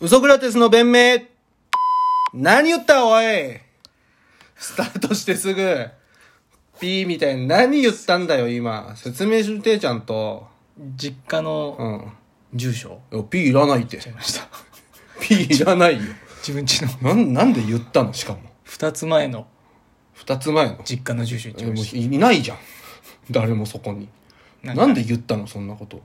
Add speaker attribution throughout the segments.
Speaker 1: ウソクラテスの弁明何言ったおいスタートしてすぐ、ピーみたいな、何言ったんだよ今。説明してちゃんと。
Speaker 2: 実家
Speaker 1: う
Speaker 2: の
Speaker 1: ん。
Speaker 2: 住所を
Speaker 1: いやピーいらないって
Speaker 2: 言っちゃ。いました
Speaker 1: ピーいらないよ。
Speaker 2: 自分家の
Speaker 1: なん、なんで言ったのしかも。
Speaker 2: 2つ前の
Speaker 1: 二つ前の。
Speaker 2: 実家の住所言っちゃいま
Speaker 1: も
Speaker 2: し
Speaker 1: ういないじゃん。誰もそこに。
Speaker 2: た
Speaker 1: なんで言ったのそんなこと。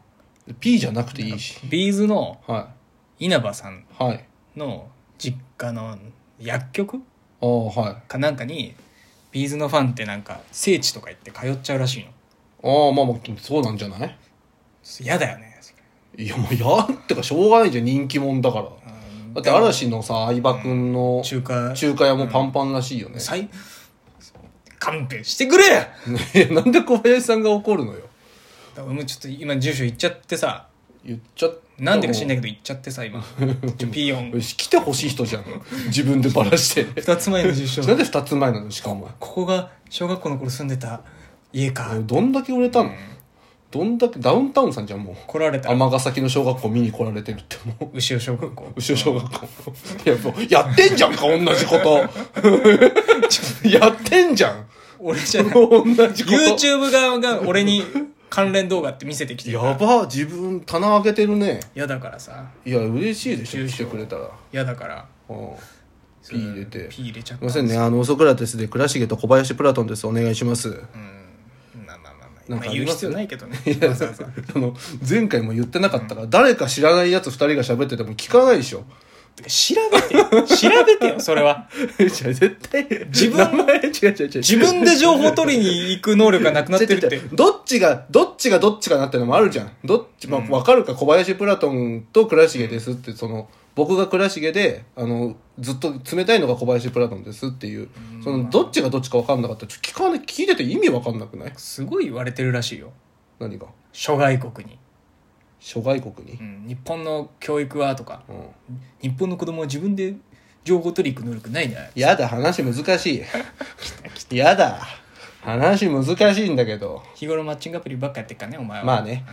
Speaker 1: ピーじゃなくていいし。
Speaker 2: ビーズの
Speaker 1: は
Speaker 2: 稲葉さん
Speaker 1: い。はい。
Speaker 2: の実家の薬局
Speaker 1: ああ、はい。
Speaker 2: かなんかにビーズのファンってなんか聖地とか行って通っちゃうらしいの
Speaker 1: ああ、まあまあ、そうなんじゃない
Speaker 2: 嫌だよねそれ
Speaker 1: いや、もう、やってか、しょうがないじゃん、人気者だから。
Speaker 2: うん
Speaker 1: だって、嵐のさ、相葉くんの
Speaker 2: 中華
Speaker 1: 中華屋もパンパンらしいよね。
Speaker 2: 最勘弁してくれだか
Speaker 1: いや なんで小林さんが怒るのよ。
Speaker 2: らもうちょっと今住所言っちゃってさ
Speaker 1: 言っちゃっ
Speaker 2: なんでか知んない
Speaker 1: い
Speaker 2: けど言っちゃってさ 今ちょピーヨン
Speaker 1: 来てほしい人じゃん。自分でバラして。
Speaker 2: 2つ前の住所
Speaker 1: なんで二つ前なの、しかも。
Speaker 2: ここが小学校の頃住んでた家か
Speaker 1: どんだけ売れたのどんだけ、ダウンタウンさんじゃん、もう。
Speaker 2: 来られた
Speaker 1: 尼崎の小学校見に来られてるって、もう。
Speaker 2: 牛尾小 学校
Speaker 1: 後ろ小学校。いや、もう、やってんじゃんか、同じこと。 やってんじゃん。
Speaker 2: 俺じゃない
Speaker 1: 同じこと。
Speaker 2: YouTube 側が俺に関連動画って見せてきてる
Speaker 1: やば、自分、棚上げてるね。
Speaker 2: 嫌だからさ
Speaker 1: いや、嬉しいでしょ、
Speaker 2: 優
Speaker 1: 来て
Speaker 2: 勝
Speaker 1: くれたら。
Speaker 2: 嫌だから
Speaker 1: うん。ピー入れて。
Speaker 2: ピー入れちゃっ
Speaker 1: す
Speaker 2: た
Speaker 1: いませんね、あの、ソクラテスで倉重と小林プラトンです。お願いします。
Speaker 2: うんまあまあまあまあ
Speaker 1: なんか
Speaker 2: ま
Speaker 1: あ
Speaker 2: あ言
Speaker 1: り
Speaker 2: う
Speaker 1: ます
Speaker 2: 必要ないけどね
Speaker 1: いや
Speaker 2: わざわざ
Speaker 1: あの、前回も言ってなかったから、誰か知らないやつ二人が喋ってても聞かないでし ょ。
Speaker 2: てか調べてよ調べてよそれは
Speaker 1: じゃ絶対、
Speaker 2: 自分
Speaker 1: 名前、違う違う違う。
Speaker 2: 自分で情報取りに行く能力がなくなってるっ
Speaker 1: 違
Speaker 2: て
Speaker 1: う違う違うどっちが、どっちがどっちかなってのもあるじゃん。どっち、まあ、わかるか、小林プラトンと倉重ですって、その、僕が倉重で、あの、ずっと冷たいのが小林プラトンですっていう、その、どっちがどっちかわかんなかったら、ちょっと聞かね、聞いてて意味わかんなくない
Speaker 2: すごい言われてるらしいよ
Speaker 1: 何が
Speaker 2: 諸外国に、
Speaker 1: 諸外国に
Speaker 2: う。ん、日本の教育はとか
Speaker 1: うん。
Speaker 2: 日本の子供は自分で情報取り行く能力ないんじゃない
Speaker 1: やだ、話難し い。やだ。話難しいんだけど。
Speaker 2: 日頃マッチングアプリばっかやってっからねお前は
Speaker 1: まあね。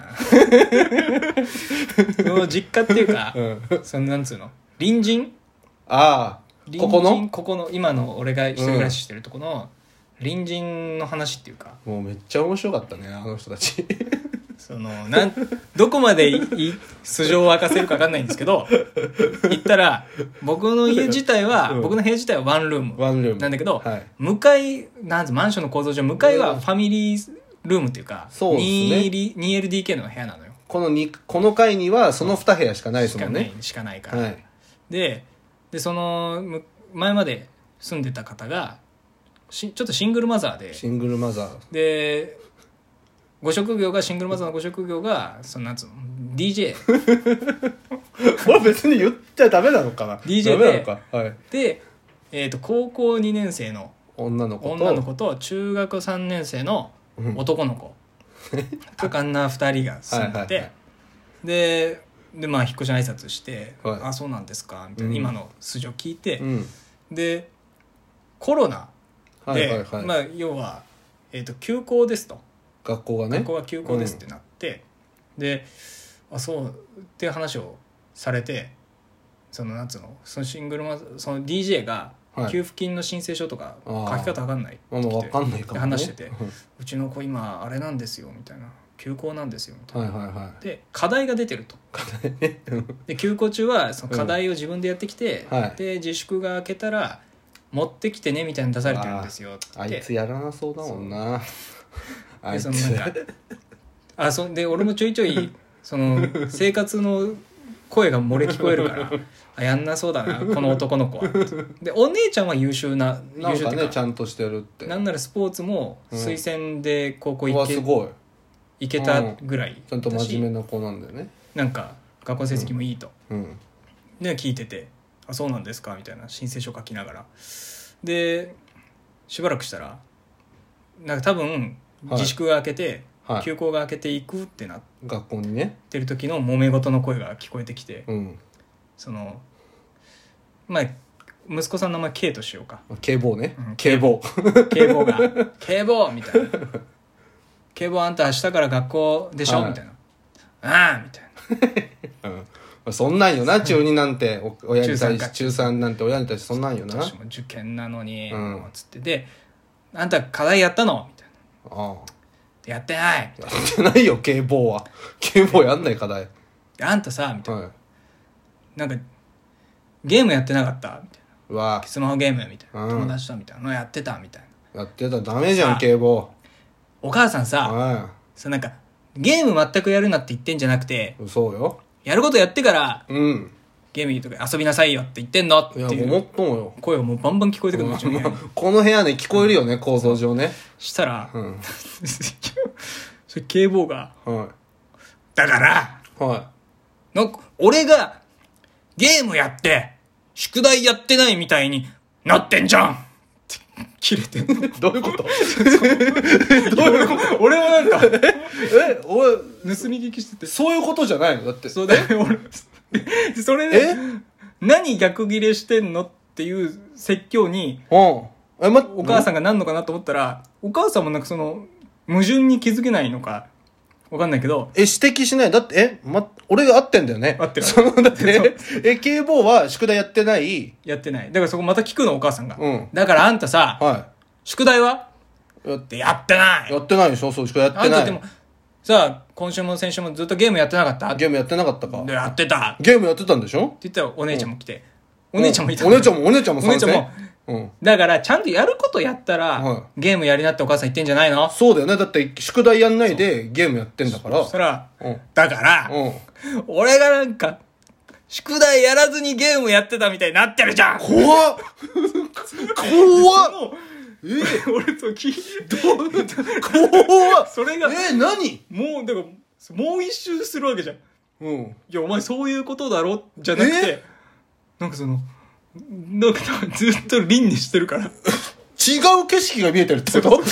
Speaker 2: その実家っていうか、
Speaker 1: うん。
Speaker 2: そのなんつうの隣人
Speaker 1: ああ、
Speaker 2: 隣人
Speaker 1: ここの
Speaker 2: ここの今の俺が一人暮らししてるとこの隣人の話っていうか
Speaker 1: もうめっちゃ面白かったね、あの人たち。
Speaker 2: そのなん どこまでいい素性を明かせるか分かんないんですけど言ったら僕の家自体は、
Speaker 1: うん
Speaker 2: 僕の部屋自体はワンルーム
Speaker 1: ワンルーム。
Speaker 2: なんだけど、
Speaker 1: はい。
Speaker 2: 向かいなんつうマンションの構造上向かいはファミリールームっていうか
Speaker 1: そうですね
Speaker 2: 2L- 2LDK の部屋なのよ
Speaker 1: このにこの回にはその2部屋しかないです
Speaker 2: し
Speaker 1: も
Speaker 2: か
Speaker 1: ん
Speaker 2: ない
Speaker 1: ね。
Speaker 2: しかないから、
Speaker 1: はい。
Speaker 2: ででそのむ前まで住んでた方がしちょっとシングルマザーで
Speaker 1: シングルマザー。
Speaker 2: でご職業がシングルマザーのご職業がそのなんつうの DJ
Speaker 1: これ別に言っちゃダメなのかなダ
Speaker 2: DJ
Speaker 1: メなのか。はい。
Speaker 2: で、えー、と高校2年生の
Speaker 1: 女の子と。
Speaker 2: 女の子と中学3年生の男 の子、多感な2人が住んでて、
Speaker 1: はいはいは
Speaker 2: ででまあ引っ越しの挨拶して「
Speaker 1: はい
Speaker 2: あそうなんですか」みたいな、
Speaker 1: うん
Speaker 2: 今の素性聞いて、
Speaker 1: うん。
Speaker 2: でコロナ
Speaker 1: はい
Speaker 2: で、
Speaker 1: はいはい。
Speaker 2: まあ、要は、えー、と休校ですと
Speaker 1: 学校がね
Speaker 2: 学。校が休校ですってなって、であそうっていう話をされてそのなんつうのそのシングルマその DJ が
Speaker 1: はい
Speaker 2: 給付金の申請書とか
Speaker 1: あ
Speaker 2: 書き
Speaker 1: ー
Speaker 2: 方わかんない
Speaker 1: まあまあ
Speaker 2: 来
Speaker 1: わ
Speaker 2: て
Speaker 1: かんないかも、ね。
Speaker 2: 話してて
Speaker 1: うん
Speaker 2: うちの子今あれなんですよみたいな休校なんですよみたい
Speaker 1: はいはいは
Speaker 2: なで課題が出てるとで休校中はその課題を自分でやってきて、
Speaker 1: うんはい
Speaker 2: で自粛が明けたら持ってきてねみたいなの出されてるんですよって言っ
Speaker 1: い。あ
Speaker 2: て
Speaker 1: いつやらなそうだもんな。あ
Speaker 2: で
Speaker 1: いつ
Speaker 2: そ。のなんかあそんで俺もちょいちょいその生活の声が漏れ聞こえるからあやんなそうだなこの男の子はでお姉ちゃんは優秀な
Speaker 1: な
Speaker 2: 優
Speaker 1: ん
Speaker 2: 秀っ
Speaker 1: か
Speaker 2: て
Speaker 1: ね、
Speaker 2: いう
Speaker 1: ち
Speaker 2: か
Speaker 1: ゃんとしてるって。
Speaker 2: なんならスポーツも推薦で高校
Speaker 1: う
Speaker 2: 行
Speaker 1: わ、
Speaker 2: け,、
Speaker 1: すごい。
Speaker 2: 行けたぐらい
Speaker 1: ちゃんと真
Speaker 2: 目
Speaker 1: 面目な子なんだよね。
Speaker 2: なんか学校成績もいいと、
Speaker 1: うん。
Speaker 2: で聞いてて「あそうなんですか」みたいな申請書書きながらでしばらくしたらなんか多分
Speaker 1: はい
Speaker 2: 自粛が明けて、
Speaker 1: はい
Speaker 2: 休校が明けていくってなって。
Speaker 1: 学校にね
Speaker 2: やっ。てる時の揉め事の声が聞こえてきて
Speaker 1: うん。
Speaker 2: そのまあ息子さんの名前 K としよう か
Speaker 1: 警棒ね
Speaker 2: うん。
Speaker 1: 警棒。
Speaker 2: 警棒が「警棒!」みたいな「警棒あんた明日から学校でしょ
Speaker 1: はい
Speaker 2: みたいな「ああ!」みたいな
Speaker 1: うん。そんなんよな中二なんてお親に対
Speaker 2: 中三か
Speaker 1: し中三なんて親に対してそんなんよな
Speaker 2: 私も受験なのに、
Speaker 1: うん
Speaker 2: つってで「あんた課題やったの?」みたいな
Speaker 1: あ
Speaker 2: 「やってない」み
Speaker 1: あやってないよ警棒は警棒やんない課題
Speaker 2: たいな「あんたさ」みたい
Speaker 1: は
Speaker 2: な「なんかゲームやってなかった?」みたいう
Speaker 1: わ
Speaker 2: な「スマホゲーム」みたいな、
Speaker 1: うん
Speaker 2: 友達と」みたいなのやってたみたいな
Speaker 1: やってたらダメじゃ
Speaker 2: さ
Speaker 1: ん
Speaker 2: あ
Speaker 1: 警棒
Speaker 2: 「お母さんさ
Speaker 1: は
Speaker 2: さなんかゲーム全くやるなって言ってんじゃなくて
Speaker 1: いそうよ
Speaker 2: やることやってから
Speaker 1: うん
Speaker 2: ゲームとか遊びなさいよって言ってんの」って
Speaker 1: いや
Speaker 2: い
Speaker 1: 思
Speaker 2: う
Speaker 1: っともよ
Speaker 2: 声をもうバンバン聞こえてくるのうちの部
Speaker 1: ま
Speaker 2: 屋
Speaker 1: あ
Speaker 2: に
Speaker 1: この部屋ね聞こえるよね構造上ね
Speaker 2: したら、
Speaker 1: うん
Speaker 2: それ警棒が
Speaker 1: は
Speaker 2: 「だから!」
Speaker 1: いは
Speaker 2: なんか、俺が、ゲームやって、宿題やってないみたいになってんじゃんって切れてんの
Speaker 1: いどういうこと
Speaker 2: 俺もなんか、
Speaker 1: えおい
Speaker 2: 盗み聞きして て。
Speaker 1: そういうことじゃないのだって
Speaker 2: そうだよ、俺。でそれで
Speaker 1: え、
Speaker 2: 何逆切れしてんのっていう説教に、
Speaker 1: うんえま
Speaker 2: お母さ
Speaker 1: ん
Speaker 2: んがなんのかなと思ったら、お母さんもなんかその、矛盾に気づけないのか、わかんないけど、
Speaker 1: え指摘しないだってえま俺が合ってんだよね
Speaker 2: 合ってる
Speaker 1: そのだって
Speaker 2: そ
Speaker 1: え警棒は宿題やってない
Speaker 2: やってない。だからそこまた聞くの、お母さんが。
Speaker 1: うん
Speaker 2: だからあんたさ、
Speaker 1: は
Speaker 2: 宿題は
Speaker 1: やっ
Speaker 2: ってやってない
Speaker 1: いやってないでしょそう宿題やっ
Speaker 2: あ
Speaker 1: て
Speaker 2: ん
Speaker 1: な
Speaker 2: たでも
Speaker 1: い
Speaker 2: さあ今週も先週もずっとゲームやってなかった
Speaker 1: ゲームやってなかったか
Speaker 2: でやってたって
Speaker 1: ゲームやってたんでしょ
Speaker 2: 言ったらお姉ちゃんも来て、お姉ちゃんもいた
Speaker 1: うお姉ちゃんもお姉ちゃんも
Speaker 2: お姉ちゃんも
Speaker 1: 参戦うん
Speaker 2: だからちゃんとやることやったら、
Speaker 1: は
Speaker 2: ゲームやりなってお母さん言ってんじゃないの
Speaker 1: そうだよねだって宿題やんないでゲームやってんだから
Speaker 2: そしたら、
Speaker 1: うん
Speaker 2: だから、
Speaker 1: うん
Speaker 2: 俺がなんか宿題やらずにゲームやってたみたいになってるじゃん
Speaker 1: 怖っ怖っ
Speaker 2: もう俺と聞いて
Speaker 1: 怖っ
Speaker 2: それが
Speaker 1: え何
Speaker 2: もうだからもう一周するわけじゃん
Speaker 1: うん
Speaker 2: いや、お前そういうことだろじゃなくて
Speaker 1: え、
Speaker 2: なんかその、なんか多分ずっと輪にしてるから。
Speaker 1: 違う景色が見えてるってこと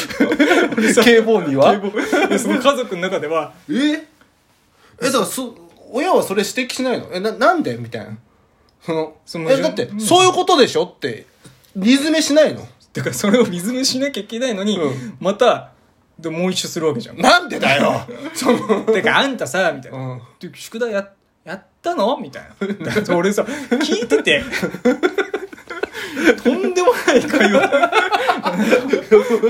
Speaker 2: 俺さ
Speaker 1: 警棒には
Speaker 2: 警棒でその家族の中では、
Speaker 1: ええだからそ親はそれ指摘しないのえななんでみたいなその
Speaker 2: その
Speaker 1: えだって、
Speaker 2: うん
Speaker 1: そういうことでしょって理詰めしないの
Speaker 2: だからそれを水虫しなきゃいけないのに、
Speaker 1: うん
Speaker 2: また、でもう一周するわけじゃん。
Speaker 1: なんでだ よその
Speaker 2: てか、あんたさ、みたいな。
Speaker 1: うん
Speaker 2: で宿題や、やったのみたいな。だって 俺さ、聞いてて、とんでもない会話。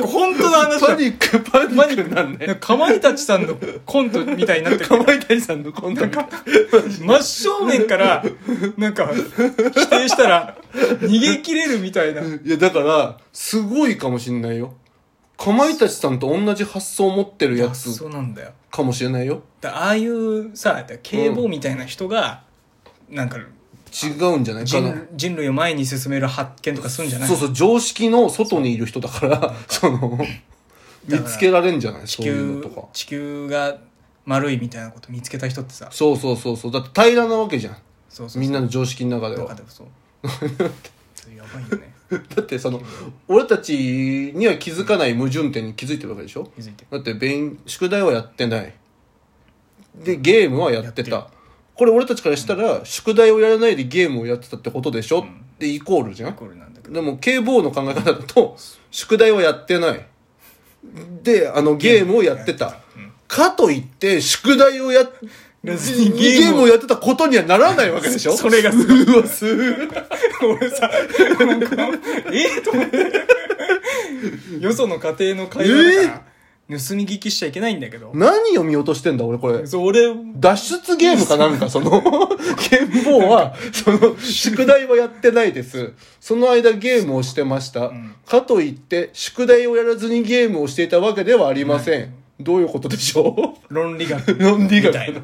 Speaker 2: 本当の話
Speaker 1: パ
Speaker 2: だ
Speaker 1: ニ。ックパニックなん
Speaker 2: なん
Speaker 1: で
Speaker 2: かかまいたちさんのコントみたいになってる
Speaker 1: かまいたちさんのこんな
Speaker 2: 真正面からなんか否定したら逃げ切れるみたいない
Speaker 1: やだからすごいかもしんないよかまいたちさんと同じ発想を持ってるやつ
Speaker 2: そうなんだよ
Speaker 1: かもしれないよ
Speaker 2: だああいうさだから警棒みたいな人が、なんか
Speaker 1: 違うんじゃないかな
Speaker 2: 人人類を前に進める発見とかするんじゃない
Speaker 1: そうそう常識の外にいる人だからその
Speaker 2: ら
Speaker 1: 見つけられんじゃない
Speaker 2: 地
Speaker 1: そういうのと
Speaker 2: 球
Speaker 1: か
Speaker 2: 地球が丸いみたいなこと見つけた人ってさ
Speaker 1: そうそうそうそうだって平らなわけじゃん
Speaker 2: そうそう
Speaker 1: みんなの常識の中で
Speaker 2: なんか
Speaker 1: は
Speaker 2: でもそうそれやばいよね
Speaker 1: だってその俺たちには気づかない矛盾点に気づいてるわけでしょ
Speaker 2: 気づいて
Speaker 1: だって勉宿題はやってないでゲームはやって
Speaker 2: やった
Speaker 1: これ俺たちからしたら、宿題をやらないでゲームをやってたってことでしょ、でイコールじゃん
Speaker 2: これな んだけど
Speaker 1: でも警棒の考え方だと宿題はやってないであのゲームをやってたかといって宿題をやっ
Speaker 2: 別に
Speaker 1: ゲ
Speaker 2: ゲームを
Speaker 1: ームをやってたことにはならないわけでしょ
Speaker 2: それがすごいう
Speaker 1: わすごい
Speaker 2: 俺さ、なんか、 ええと思って。よその家庭の会話だから、盗み聞きしちゃいけないんだけど。
Speaker 1: 何を見落としてんだ俺これ
Speaker 2: そう、俺、
Speaker 1: 脱出ゲームかなんか、そ の、剣法は、その、宿題はやってないです。その間ゲームをしてました。かといって、宿題をやらずにゲームをしていたわけではありません。どういうことでしょ
Speaker 2: 論理学。
Speaker 1: 論理学
Speaker 2: みたいな。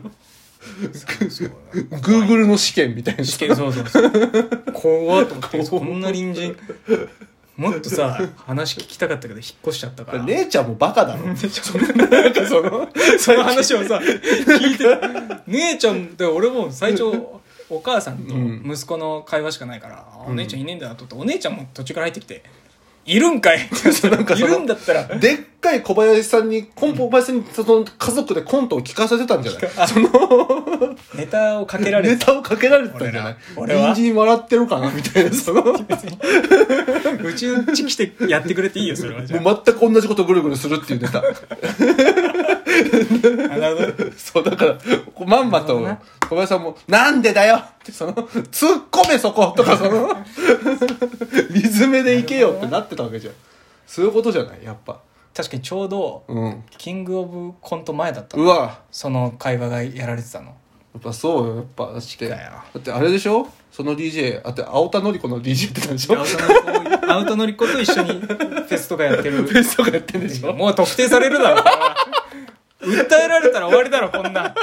Speaker 2: そうそう
Speaker 1: う ?Google の試験みたいな。
Speaker 2: 試験、そうそうそう。怖っと思って、こんな隣人。もっとさ、話聞きたかったけど、引っ越しちゃったから。
Speaker 1: 姉ちゃんもバカだ ろ。
Speaker 2: でちょなんかその、その話をさ、聞いて、姉ちゃん、で俺も最初、お母さんと息子の会話しかないから、あお姉ちゃんいねえんだなと思って、お姉ちゃんも途中から入ってきて、いるんかいって
Speaker 1: なんか
Speaker 2: い
Speaker 1: その
Speaker 2: るんだったら、
Speaker 1: でっかい小林さんに、コン小林さんに、その、家族でコントを聞かせてたんじゃない
Speaker 2: あネタをかけられ
Speaker 1: ネ
Speaker 2: て、
Speaker 1: タをかけられてたんじゃない
Speaker 2: 俺ら俺は
Speaker 1: 隣人笑ってるかなみたいな、そ の、もう
Speaker 2: うちうち来てやってくれていいよ、それは。じゃあ
Speaker 1: 全く同じことぐるぐるするっていうネタ。
Speaker 2: あなるほど
Speaker 1: そう、だから、こうまんまと、
Speaker 2: なるほどね
Speaker 1: 小林さんも、なんでだよって、その、突っ込めそことか、その、 リズムでいけよってなってたわけじゃん。そういうことじゃないやっぱ。
Speaker 2: 確かにちょうど、
Speaker 1: うん。
Speaker 2: キングオブコント前だった
Speaker 1: う
Speaker 2: の
Speaker 1: わ、
Speaker 2: その会話がやられてたの
Speaker 1: やっぱそうよ、やっぱ。だって、
Speaker 2: だ
Speaker 1: だ
Speaker 2: よ
Speaker 1: ってあれでしょその DJ、だって、青田のり子の DJ ってたんでし
Speaker 2: ア
Speaker 1: ょ
Speaker 2: ウトノリコアウトノリコと一緒にフェスとかやってる
Speaker 1: フェスとかやってんでしょ
Speaker 2: もう特定されるだろこれは訴えられたら終わりだろこんなん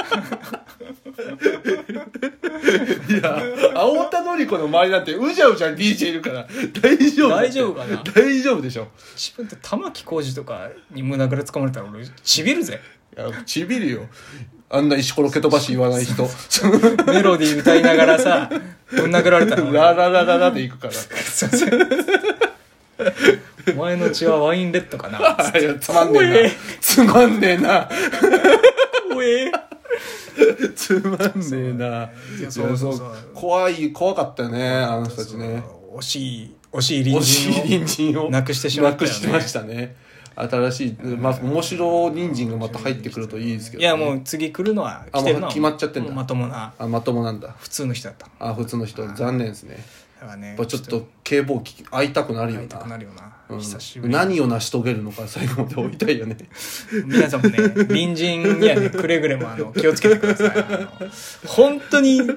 Speaker 1: いや、青田のり子の周りなんて、うじゃうじゃ DJ いるから、大丈夫だって。
Speaker 2: 大丈夫かな
Speaker 1: 大丈夫でしょ。
Speaker 2: 自分って玉置浩二とかに胸ぐらつかまれたら俺ちびるぜ
Speaker 1: いや、ちびるよ。あんな石ころ蹴飛ばし言わない 人。
Speaker 2: メロディー歌いながらさぶん殴られたら俺
Speaker 1: ラララララで行くから。
Speaker 2: すいませんお前の血はワインレッドかな
Speaker 1: あい や、つまんねえ
Speaker 2: 怖
Speaker 1: な
Speaker 2: え。
Speaker 1: つまんねえな。
Speaker 2: おえ
Speaker 1: つまんねえな。
Speaker 2: いやそうそうそう
Speaker 1: いや怖い、怖かったよね、あの人たちね。
Speaker 2: 惜しい惜しい
Speaker 1: 惜
Speaker 2: 隣
Speaker 1: しい
Speaker 2: 人
Speaker 1: 隣人を
Speaker 2: なくしてしまったよね
Speaker 1: なくしてましたね。新しい、まあ、面白人参がまた入ってくるといいですけ
Speaker 2: を
Speaker 1: ど
Speaker 2: い
Speaker 1: ね、
Speaker 2: やもう次来るのは来て
Speaker 1: あ
Speaker 2: るの
Speaker 1: もう
Speaker 2: は
Speaker 1: 決まっちゃってんだ
Speaker 2: もうまともな
Speaker 1: あ、まともなんだ。
Speaker 2: 普通の人だっただ
Speaker 1: あ、普通の人、残念ですね。
Speaker 2: からね
Speaker 1: やっぱちょっと警棒機会いたくなるよ
Speaker 2: 会いたくな
Speaker 1: な。
Speaker 2: るよな、
Speaker 1: うん
Speaker 2: 久しぶり
Speaker 1: 何を成し遂げるのか最後まで追いたいよ ね。
Speaker 2: 皆さんもね隣人にはねくれぐれもあの気をつけてくださいあの本当に
Speaker 1: いや、めっ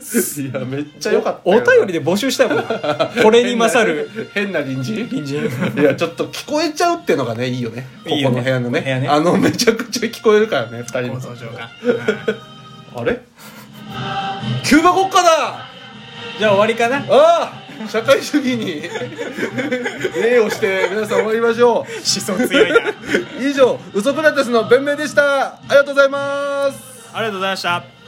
Speaker 1: ちゃ良かった
Speaker 2: お
Speaker 1: よ。
Speaker 2: 便りで募集したいもんこれに勝 る
Speaker 1: 変な変な隣人
Speaker 2: 隣人
Speaker 1: いやちょっと聞こえちゃうってのがねいいよねこ
Speaker 2: いいよ
Speaker 1: こ
Speaker 2: ね
Speaker 1: の部屋のね
Speaker 2: 部屋ね
Speaker 1: あのめちゃくちゃ聞こえるからね二人
Speaker 2: 放
Speaker 1: の
Speaker 2: 送上が、うん
Speaker 1: あれキューバ国家だ
Speaker 2: じゃあ終わりかな
Speaker 1: ああ社会主義に礼をして皆さん終わりましょ
Speaker 2: 思想強いなあり
Speaker 1: う以上ウソクラテスの弁明でしたありがとうございます
Speaker 2: がとうございました